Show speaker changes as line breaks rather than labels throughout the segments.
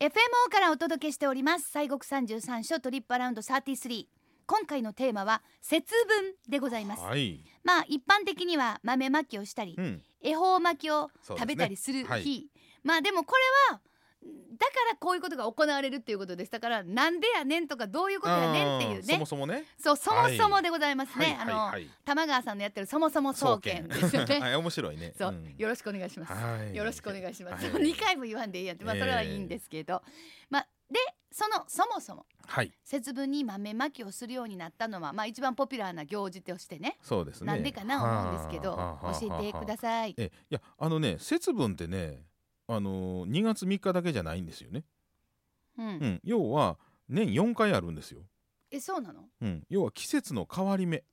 FMO からお届けしております西国三十三所トリップアラウンド33今回のテーマは節分でございます、
はい。
まあ一般的には豆まきをしたり
うん。
恵方巻きを
そうです
食
ね
べたりする日
はい
まあでもこれはだからこういうことが行われるっていうことですだからなんでやねんとかどういうことやねんっていうね
そもそもね。
そうそもそもでございますね、あの、
い。
玉川さんのやってるそもそも総研です よね
はい面白いね。
そう、
ん
よろしくお願いします
はい。
よろしくお願いします。
はい
2回も言わんでいいやって、まあ、
ええ
それはいいんですけど、まあ、でそのそもそも
はい。
節分に豆まきをするようになったのは、まあ、一番ポピュラーな行事としてね
そうですね。
なんでかな思うんですけど教えてくだ
い。
さい。
え、いや、あのね、節分ってね、あのー2月3日だけじゃないんですよね。
うん
うん。要は年4回あるんですよ。
えそうなの
うん。要は季節の変わり目。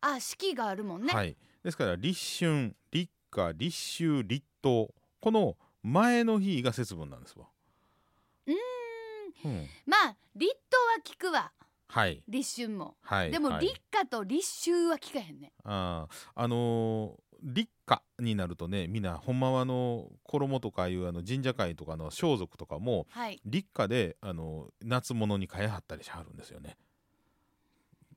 あ四季があるもんね。
はい。ですから立春、立夏、立秋、立冬この前の日が節分なんですわ。
うーん
うん。
まあ立冬は効くわ
はい。
立春も。
はい。
でも
はい
立夏と立秋は効かへんね。
あーあのー立夏になるとねみんなほんまはあの衣とかいうあの神社会とかの装束とかも
はい。
立夏で、あの夏物に変えはったりしはるんですよね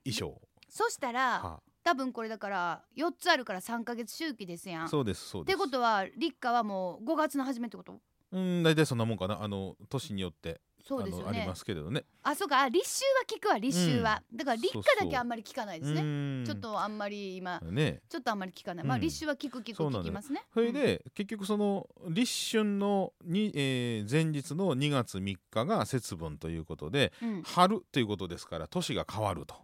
衣装
そしたら
は
多分これだから4つあるから3ヶ月周期ですやん。っ
そうですそう
て
です
ことは立夏はもう5月の初めってこと
うん大体そんなもんかなあの年によって
そうですよ
あのあり
ね
ま。すけれどね
あそうかあ立秋は聞くわ立秋は、だから立
そう
夏
そう
だけあんまり聞かないですね
ね
ちょっとあんまり今
ね
ちょっとあんまり聞かない、まあ
うん
立秋は聞く聞く
そうな
聞
んだ
きますね
それで、結局その立春のに、えー前日の2月3日が節分ということで
うん、うん
春ということですから年が変わると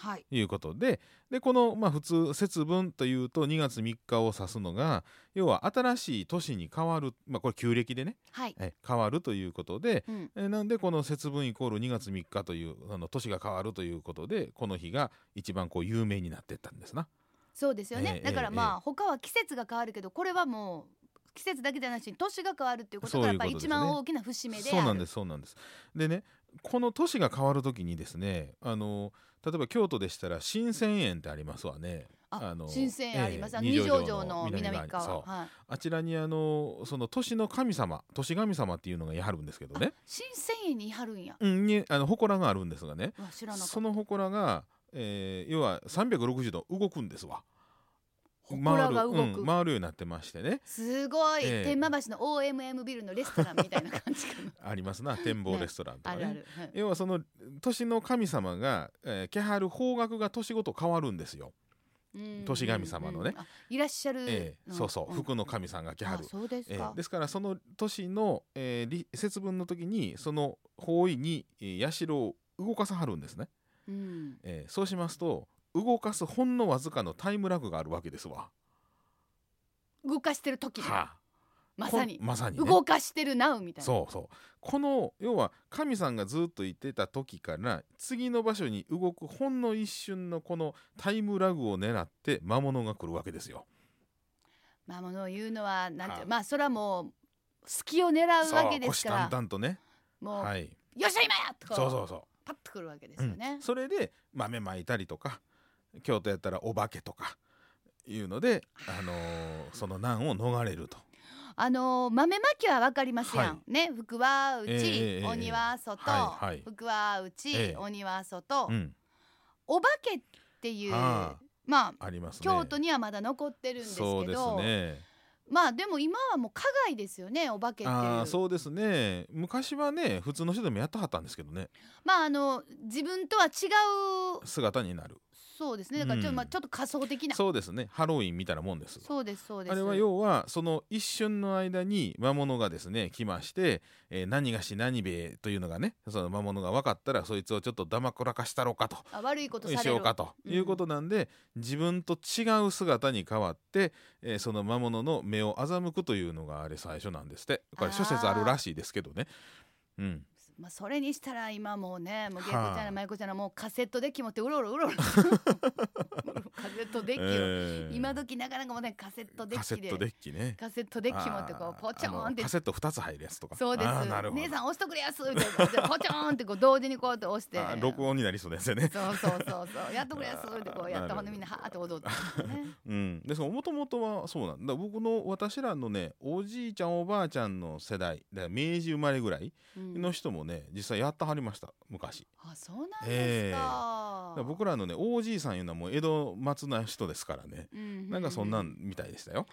はい
ということででこの、まあ、普通節分というと2月3日を指すのが要は新しい年に変わる、まあ、これ旧暦でね
はい、
え変わるということで
うん、
えなんでこの節分イコール2月3日というあの年が変わるということでこの日が一番こう有名になってったんですな。
そうですよね、
ええ
だからまあ、
え
他は季節が変わるけどこれはもう季節だけじゃなしに年が変わるっていうこと
そう
がや
い
っ
うこ
ぱ
と
り
です
一
ね
番大きな節目である
そうなんですそうなんですでねこの年が変わる時にですねあの例えば京都でしたら新鮮園ってありますわね。
あ
あの
新鮮あります、
ええ
二条城
二条城の
の南
南側に
側
そう
はい
あちらにあのその年の神様年神様っていうのがやはるんですけどね
新鮮にいはるんや
うん、にあの祠があるんですがね
うわ知らなかった
その祠が、えー要は360度動くんですわ
祠が動
回る
く、
うん、回るようになってましてね
すごい、
ええ
天満橋の OMM ビルのレストランみたいな感じ かな
ありますな展望レストランと
あ
かね
るある、はい
要はその年の神様が、えー、来はる方角が年ごと変わるんですよ、
うん
年神様のね
うんうんあいらっしゃる、
えー
ん
そうそう、
ん
福の神さんが来は
あ
る
そうです
え
か
ー、ですからその年の、えーり節分の時にその方位に、えー、社を動かさはるんですね、
うん、
えーそうしますと動かすほんのわずかのタイムラグがあるわけですわ。
動かしてる時だ、
はあ
まさに
こんまさにね、
動かしてるなうみたいな
そうそうこの要は神さんがずっと言ってた時から次の場所に動くほんの一瞬のこのタイムラグを狙って魔物が来るわけですよ。
魔物を言うのはなんて、
はい
まあそれはもう隙を狙うわけ
そう
です
腰
か
た
ら
んたんとね。
もう、
はい。
よっしゃ今やとか
そうそうそう。
パッとくるわけですよね
うん、、それで豆まいたりとか京都やったらお化けとかいうので、あのーその難を逃れると。
あのー豆まきはわかりますやん、
は
ね福はうち、
ええええ
鬼は外、
はいはい
福はうち、
ええ
鬼は外、
うん、
お化けっていう、
はあ
まあ
ありますね。
京都にはまだ残ってるんですけ
そうです
ど、
ね。
まあでも今はもう花外ですよねお化けっていう
ああそうですね。昔はね普通の人でもやったはったんですけどね
まああの自分とは違う
姿になる。
そうですねだからちょ,、
うん
まあ、ちょっと仮想的なそう
そうですねハロウィンみたいなもんです。
ですそうです
あれは要はその一瞬の間に魔物がですね来まして、えー何がし何べえというのがねその魔物が分かったらそいつをちょっとだまこらかしたろうかと
あ悪いことさ
し
れ
よ
る
うかということなんで、自分と違う姿に変わって、えーその魔物の目を欺くというのがあれ最初なんですってこれ諸説あるらしいですけどね。うん、
まあ、それにしたら今もうねもうゲイ
はあ
コちゃんやマイコちゃんはもうカセットデッキ持ってうろうろうろうろカセットデッキを、
えー
今時なかなかもうねカセットデ
カセ
ッキで
ットデッキね
カセットデッキ持ってこ
あ
う
ー
ポチョーンっ
あの
て
カセット二つ入るやつとか
そうです
あーなるほど
姉さん押しとくれやすみたいなでポチョーンってこう同時にこうやって押して
あー録音になりそうですよね
そうそうそうそうやっとくれやすってこうやったほんで
あーなるほど
みんなはーって踊ってね
うん、ですからもともとはそうなんだ僕の私らのねおじいちゃんおばあちゃんの世代だから明治生まれぐらい
うん
の人もね実際やったはりました昔
あそうなんで
え
す
えだ
か
から僕らのねおじいさんいうのはもう江戸末な人ですからねな
なん
かそんなんみたいでしたよ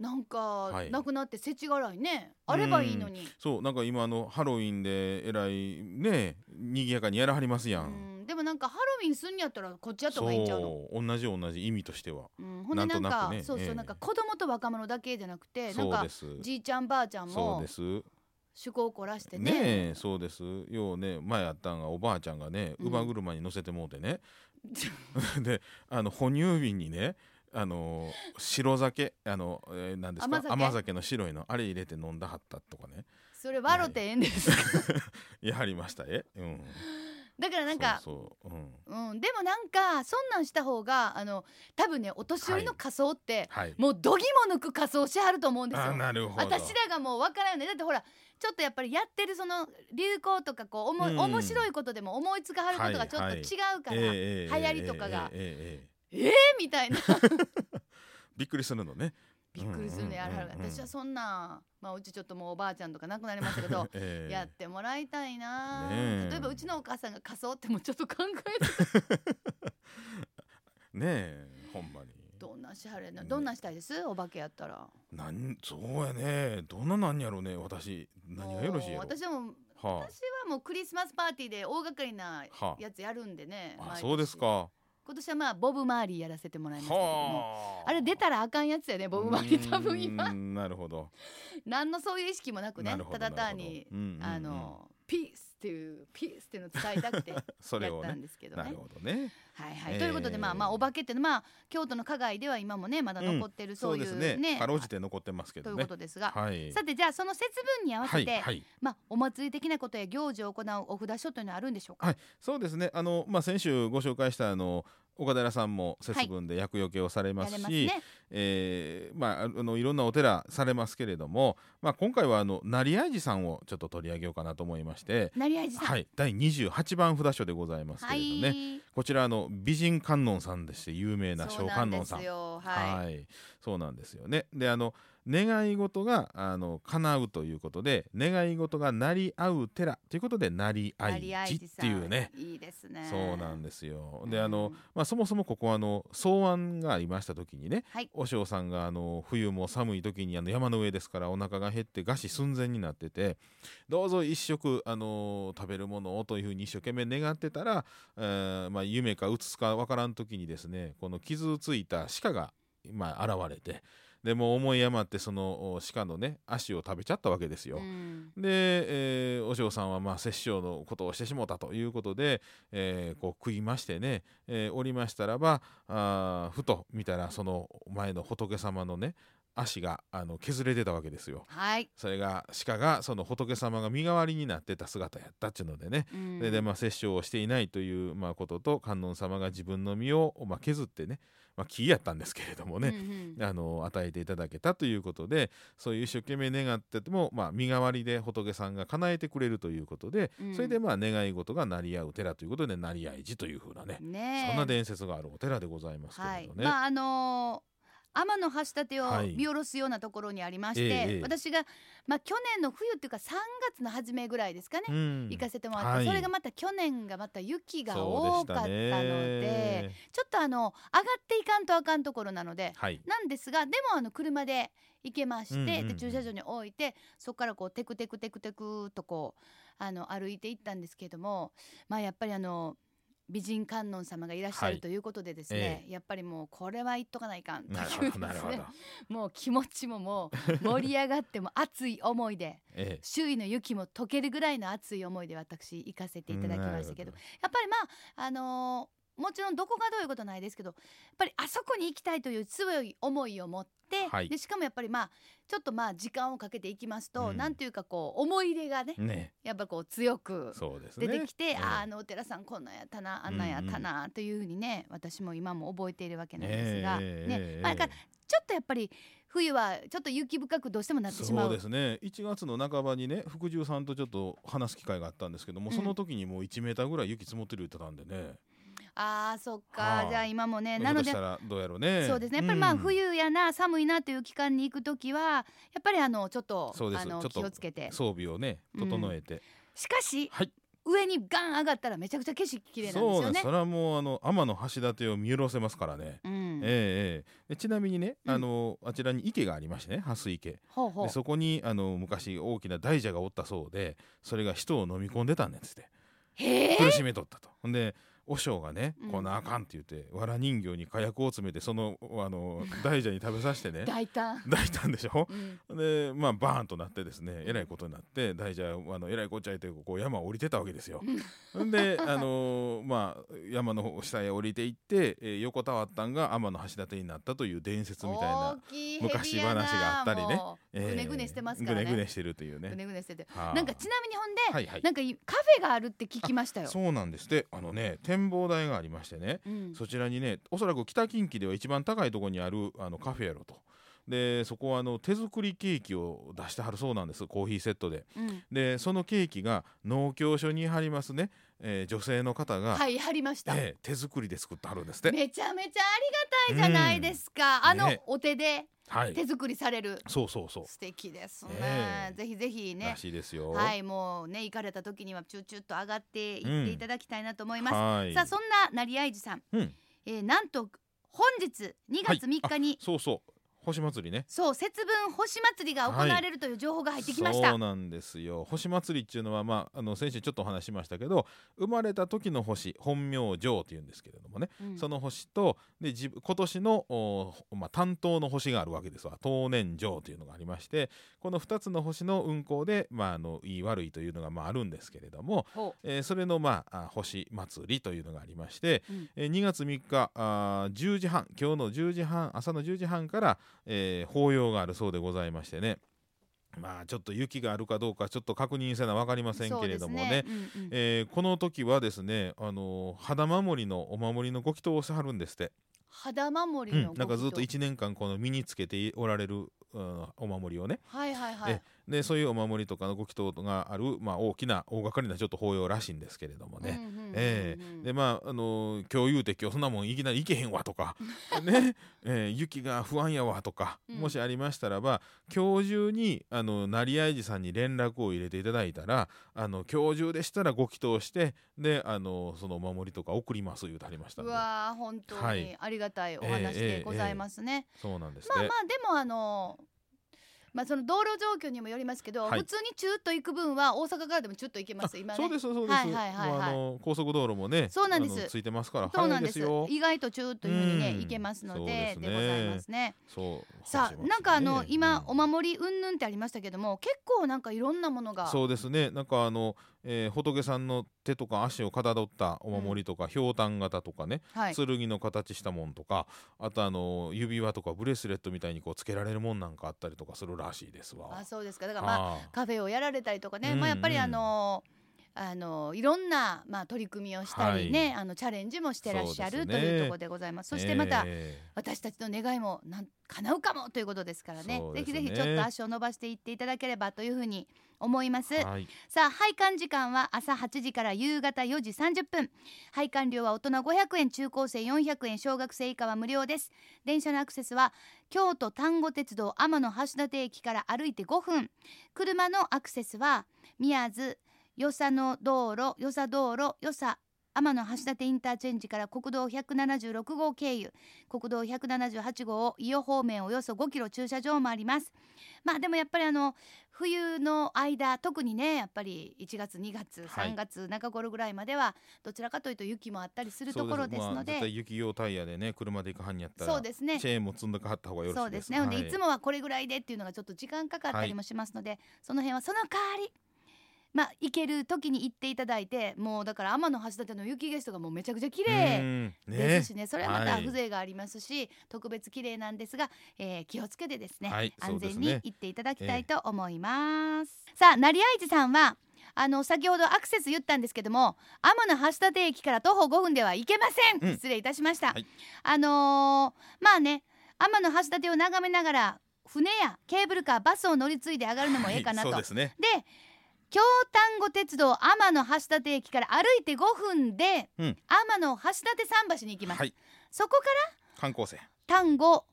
なんか、
い
なくなって世知辛いねあればいいのに
そうなんか今あのハロウィンでえらいね賑やかにやらはりますや
うんんでもなんかハロウィンすんやったらこっちやった
そ
方がいいんちゃうの
う同じ同じ意味としては
うん、ほんでなんか
なんとなくね
そうそう、
ええ
なんか子供と若者だけじゃなくてなん
そう
か
です
じいちゃんばあちゃん
そう
も
です
趣向を凝らしてね
ねえそうですようね前あったんがおばあちゃんがね
うん
乳母車に乗せてもうてね、 であの哺乳瓶にねあの白酒あの、えー、何ですか
甘
甘
酒
酒の白いのあれ入れて飲んだはったとかね
それ笑ってええんですか
やはりましたえ、うん、
だからなんか
そうそう、うん、
うん、でもなんかそんなんした方があの多分ねお年寄りの
はい
仮装って、
はい
もうどぎも抜く仮装しはると思うんですよ
あ。なるほど
私らがもう分からんよねだってほらちょっとやっぱりやってるその流行とかこうおも、
うん
面白いことでも思いつかはることがちょっと違うから、え
え
流行りとかが
えええええ
みたい な
びっくりするのね、
びっくりするねやらはる
うんうんうん、
私はそんなまあうちちょっともうおばあちゃんとか亡くなりましたけど
ええ
やってもらいたいな、
ねえ
例えばうちのお母さんが仮装ってもうちょっと考えて
ねえほんまに
どんなんしはるのどんなんしたいですお化けやったら
なんそうやねどんななんやろうね私何がよろしいやろ
もう私はもう
は
私はもうクリスマスパーティーで大掛かりな
あ、は
やつやるんでね、
あ、あ
毎年
そうですか
今年はまあボブ・マーリーやらせてもらいましたけども
は
あれ出たらあかんやつやねボブ・マーリー多分
うー
今
んなるほど
何のそういう意識もなくね
なるほ
た
ど
だ単に、
なるほどうんうんうん
あのピースっていうピースっていうのを伝えたくてやっ
それを
た
ね
んですけどね
なるほどね
はいはい、
えー
ということでまあまあお化けっていうのはまあ京都の花街では今もねまだ残ってる
そ
そう
う
い
です
う
ね
ね,、
かろうじて残ってますけ
とい
ど
う
ね
ことですが、
はい
さてじゃあその節分に合わせて、
はいはい
まあお祭り的なことや行事を行うお札書というのはあるんでしょうか、
はいそうですねあのまあ先週ご紹介したあの岡寺さんも節分で厄除けをされま
や
す
れ
し、
ますね
えーまあ、あのいろんなお寺されますけれども、まあ、今回はあの成合寺さんをちょっと取り上げようかなと思いまして、
成合寺さん
はい、第28番札所でございますけれどね、こちらあの美人観音さんでして有名な
そう
小
なん
観
で
音さん
すよ
はい、
は
そうなんですよね。であの願い事があの叶うということで願い事がなり合う寺ということでなり合
い。
い寺っていう
成合寺
ね。
さん。いいですね。
そうなん
で
ですよ
う。ん
であの、まあ、そもそもここはあの草案がありました時にね、
はい
お嬢さんがあの冬も寒い時にあの山の上ですからお腹が減って餓死寸前になっててどうぞ一食あの食べるものをというふうに一生懸命願ってたら、えーまあ、夢かうつつかわからん時にですねこの傷ついた鹿が、まあ、現れてでもう思い余ってそのお鹿のね足を食べちゃったわけですよ。
うん
で、えーお嬢さんはまあ殺生のことをしてしもうたということで、えーこう食いましてね、えーおりましたらばあーふと見たらその前の仏様のね足があの削れてたわけですよ。
はい。
それが鹿がその仏様が身代わりになってた姿やったっちゅうのでね、
うん
ででまあ殺生をしていないという、まあ、ことと観音様が自分の身を、まあ、削ってね、まあ、木やったんですけれどもね、
うんうん
あの与えていただけたということでそういう一生懸命願ってても、まあ、身代わりで仏さんが叶えてくれるということで、
うん
それでまあ願い事が成り合う寺ということで成り合い寺というふうなね、
ねえ。
そんな伝説があるお寺でございますけ
は
れ
い。
どね。
まああのー天の橋立てを
はい
見下ろすようなところにありまし
えええ
て
え、
私がまあ去年の冬っていうか3月の初めぐらいですかね。
うん
行かせてもらっ
は
て、
い
それがまた去年がまた雪が多
そうで
かったので、
ね
ちょっとあの上がっていかんとあかんところなので、
はい、
なんですがでもあの車で行けまして、
うんうんうん
で駐車場に置いてそこからこうテクテクテクテクとこうあの歩いていったんですけどもまあやっぱりあの美人観音様がいらっしゃ
は
る
い
ということでですね、やっぱりもうこれは言っとかないかんという
な
で す
るほどなるほど
ね、もう気持ちももう盛り上がっても熱い思いで
ええ
周囲の雪も溶けるぐらいの熱い思いで私行かせていただきましたけど
なる
やっぱりまああのーもちろんどこがどういうことないですけどやっぱりあそこに行きたいという強い思いを持って、
はい
でしかもやっぱりまあちょっとまあ時間をかけていきますと、
うん
なんていうかこう思い入れがね
ね
やっぱこう強く
そうですね
出てきて、
ええ
あーあのお寺さんこんなんやったなあんなんやったな、というふうにね私も今も覚えているわけなんですが、
ええ
ね
ええ
まあだからちょっとやっぱり冬はちょっと雪深くどうしてもなってしま
そう
う
ですね1月の半ばにね福住さんとちょっと話す機会があったんですけども、
うん
その時にもう1メーターぐらい雪積もってる言ってたんでね
あーそっか、
はあ
じゃあ今もね
ひょ
な
っ
の
とし
で
たらどうやろうね
そうですねやっぱりまあ
うん
冬やな寒いなという期間に行く時はやっぱりあのちょっと
そうです
あの
ちょっと
気をつけて
装備をね整えて、
しかし、
はい
上にガン上がったらめちゃくちゃ景色綺麗なんです
そうな
よ
ん
ね
そ。れはもうあの天の橋立を見下ろせますからね、
うん
ええええでちなみにね、
うん
あのあちらに池がありましてね蓮池
ほうほう
でそこにあの昔大きな大蛇がおったそうでそれが人を飲み込んでたんですって
へえ
苦しめとったと。ほんで和尚がね
うん
「こんなあかん」って言って、わら人形に火薬を詰めてそのあ の大蛇に食べさせてね
大胆、
抱いたんでしょ
うん
でまあバーンとなってですねえらいことになって大蛇あのえらいこっちゃいってこう山を降りてたわけですよ。んであのーまあ山の方下へ降りていって、えー横たわったんが天の橋立になったという伝説みたいな
大。きい
昔話があったりね
もうぐねぐねしてますからね。
えーぐねぐねしてるとい
ぐ
うね。
ねぐねしてて。
はあ
なんかちなみにほんで、
はいはい
なんかいカフェがあるって聞きましたよ。
そうなんですであのね展望台がありましてね、
うん
そちらにねおそらく北近畿では一番高いところにあるあのカフェやろと。でそこはあの手作りケーキを出してはるそうなんですコーヒーセットで。
うん
でそのケーキが農協所に貼りますね、えー女性の方が、
はい、貼りました。
えー手作りで作ってはるんですって。
めちゃめちゃありがたいじゃないですか。あ
うん
の
ね
お手で
はい
手作りされる。
そうそうそう、
素敵ですね。
ええ
ぜひぜひね
ら。しいですよ。
はい、もうね、行かれた時にはチューチューと上がっていっていただきたいなと思います。
はい
さあ、そんな成合寺さん、
うん、
えーなんと本日2月3日に、
そうそう星祭りね。
そう節分星祭りが行われるという情報が入ってきました。
そうなんですよ星祭りっていうのは、まあ、あの先週ちょっとお話ししましたけど生まれた時の星本名城っていうんですけれどもね、
うん
その星とで自分今年の、おまあ、担当の星があるわけですわ当年城というのがありましてこの2つの星の運行で、まあ、あのいい悪いというのが、まあ、あるんですけれども、
ほ
えーそれの、まあ、あ星祭りというのがありまして、
うん
えー2月3日あー10時半今日の10時半朝の10時半から、えー法要があるそうでございましてねまあちょっと雪があるかどうかちょっと確認せな分かりま
う
せんけれどもね
そうですねうんうん
えーこの時はですね、あのー肌守りのお守りのご祈祷をしてはるんですって、
肌守
う
りの、
ん、なんかずっと1年間この身につけておられる、うんお守りをね
はいはいはい。
えでそういうお守りとかのご祈祷がある、まあ、大きな大掛かりなちょっと法要らしいんですけれどもね。
うんうんうんうん
ええでまああのー今日言うて今日そんなもんいきなり行けへんわ とかね、えー雪が不安やわとか、
うん
もしありましたらば今日中にあの成合寺さんに連絡を入れていただいたらあの今日中でしたらご祈祷してであのそのお守りとか送ります言うてはりましたん
う
で
わー本当
は
に
い
ありがたいお話でございますね。
そうなんです
まあ
ね
ま。あでもあのまあその道路状況にもよりますけど、
はい
普通にチューッと行く分は大阪からでもチューッと行けます今ね。
そうですそうです、
はいはいはいはい
もうあの高速道路もね
そうなんです
あのついてますから
そうなん
早い
で
です
す
よ。
意外とチューッというふうにね
うん
行けますの
そう
で
で
です
ね
ございますね。
そう
さ
走
あ
りますね
なんかあの今
うん
お守り云々ってありましたけども結構なんかいろんなものが
そうですねなんかあの、えー仏さんの手とか足をかたどったお守りとか、ひょうたん型とかね、
はい
剣の形したもんとかあとあの指輪とかブレスレットみたいにこうつけられるもんなんかあったりとかするらしいですわ。
あそうですかだからまあ
あ
カフェをやられたりとかね、
うんうん
まあ、やっぱりあのあのいろんな、まあ、取り組みをしたりね、あのチャレンジもしてらっしゃ
そ
る、
う
と
ですね
いうところでございますそしてまた、
え
私たちの願いもなん叶うかもということですからね
そう
ぜ
で
ひ
すね
ぜひちょっと足を伸ばしていっていただければというふうに思います。
えはい、
さあ配管時間は朝8時から夕方4時30分配管料は大人500円中高生400円小学生以下は無料です電車のアクセスは京都丹後鉄道天野橋立駅から歩いて5分車のアクセスは宮津与謝野道路与謝道路与謝天野橋立インターチェンジから国道176号経由国道178号を伊予方面およそ5キロ駐車場もありますまあでもやっぱりあの冬の間特にねやっぱり1月2月
はい
3月中頃ぐらいまではどちらかというと雪もあったりするところです
ま
の
あ、絶
で
対雪用タイヤでね車で行くはんやったら
そうですね
チェーンも積んどかはった方がよろ
そ
し
う
い
で
ですす。
ね、ほんで
はい
つもはこれぐらいでっていうのがちょっと時間かかったりもしますので、その辺はその代わりまあ行ける時に行っていただいてもうだから天橋立の雪景色とかもめちゃくちゃ綺
う
麗
んね
ですしねそれはまた
はい
風情がありますし、特別綺麗なんですが、えー気をつけてですね、
はいそ
安
うで
全
す
に
ね
行っていただきたいと思います。さあ成合寺さんはあの先ほどアクセス言ったんですけども天橋立駅から徒歩5分では行けません、
うん
失礼いたしました、
はい
あのーまあね天橋立を眺めながら船やケーブルカーバスを乗り継いで上がるのもええかなと、
はいそうですね
で京丹後鉄道天の橋立駅から歩いて5分で、
うん
天の橋立桟橋に行きます、
はい
そこか
観光船
ら丹後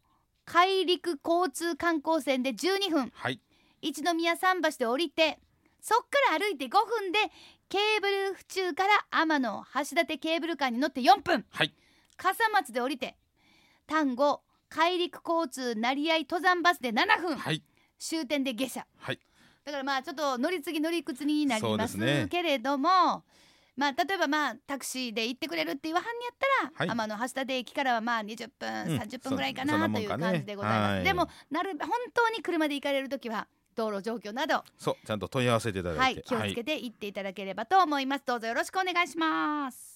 海陸交通観光船で12分
はい
一宮桟橋で降りてそっから歩いて5分でケーブル府中から天の橋立ケーブルカーに乗って4分
はい
笠松で降りて丹後海陸交通成合登山バスで7分、
はい
終点で下車
はい
だからまあちょっと乗り継ぎ乗り靴になります
そうですね
けれども、まあ例えばまあタクシーで行ってくれるって言わはんにやったら、
はい
天の橋立駅からはまあ20分、
うん
30分ぐらいか
そん
な
な
と
もん
いう
かね
感じでございます。
はい
でもなる本当に車で行かれる時は道路状況など、
そうちゃんと問い合わせていただ
はいい、
て
気をつけて行っていただければと思います。どうぞよろしくお願いします。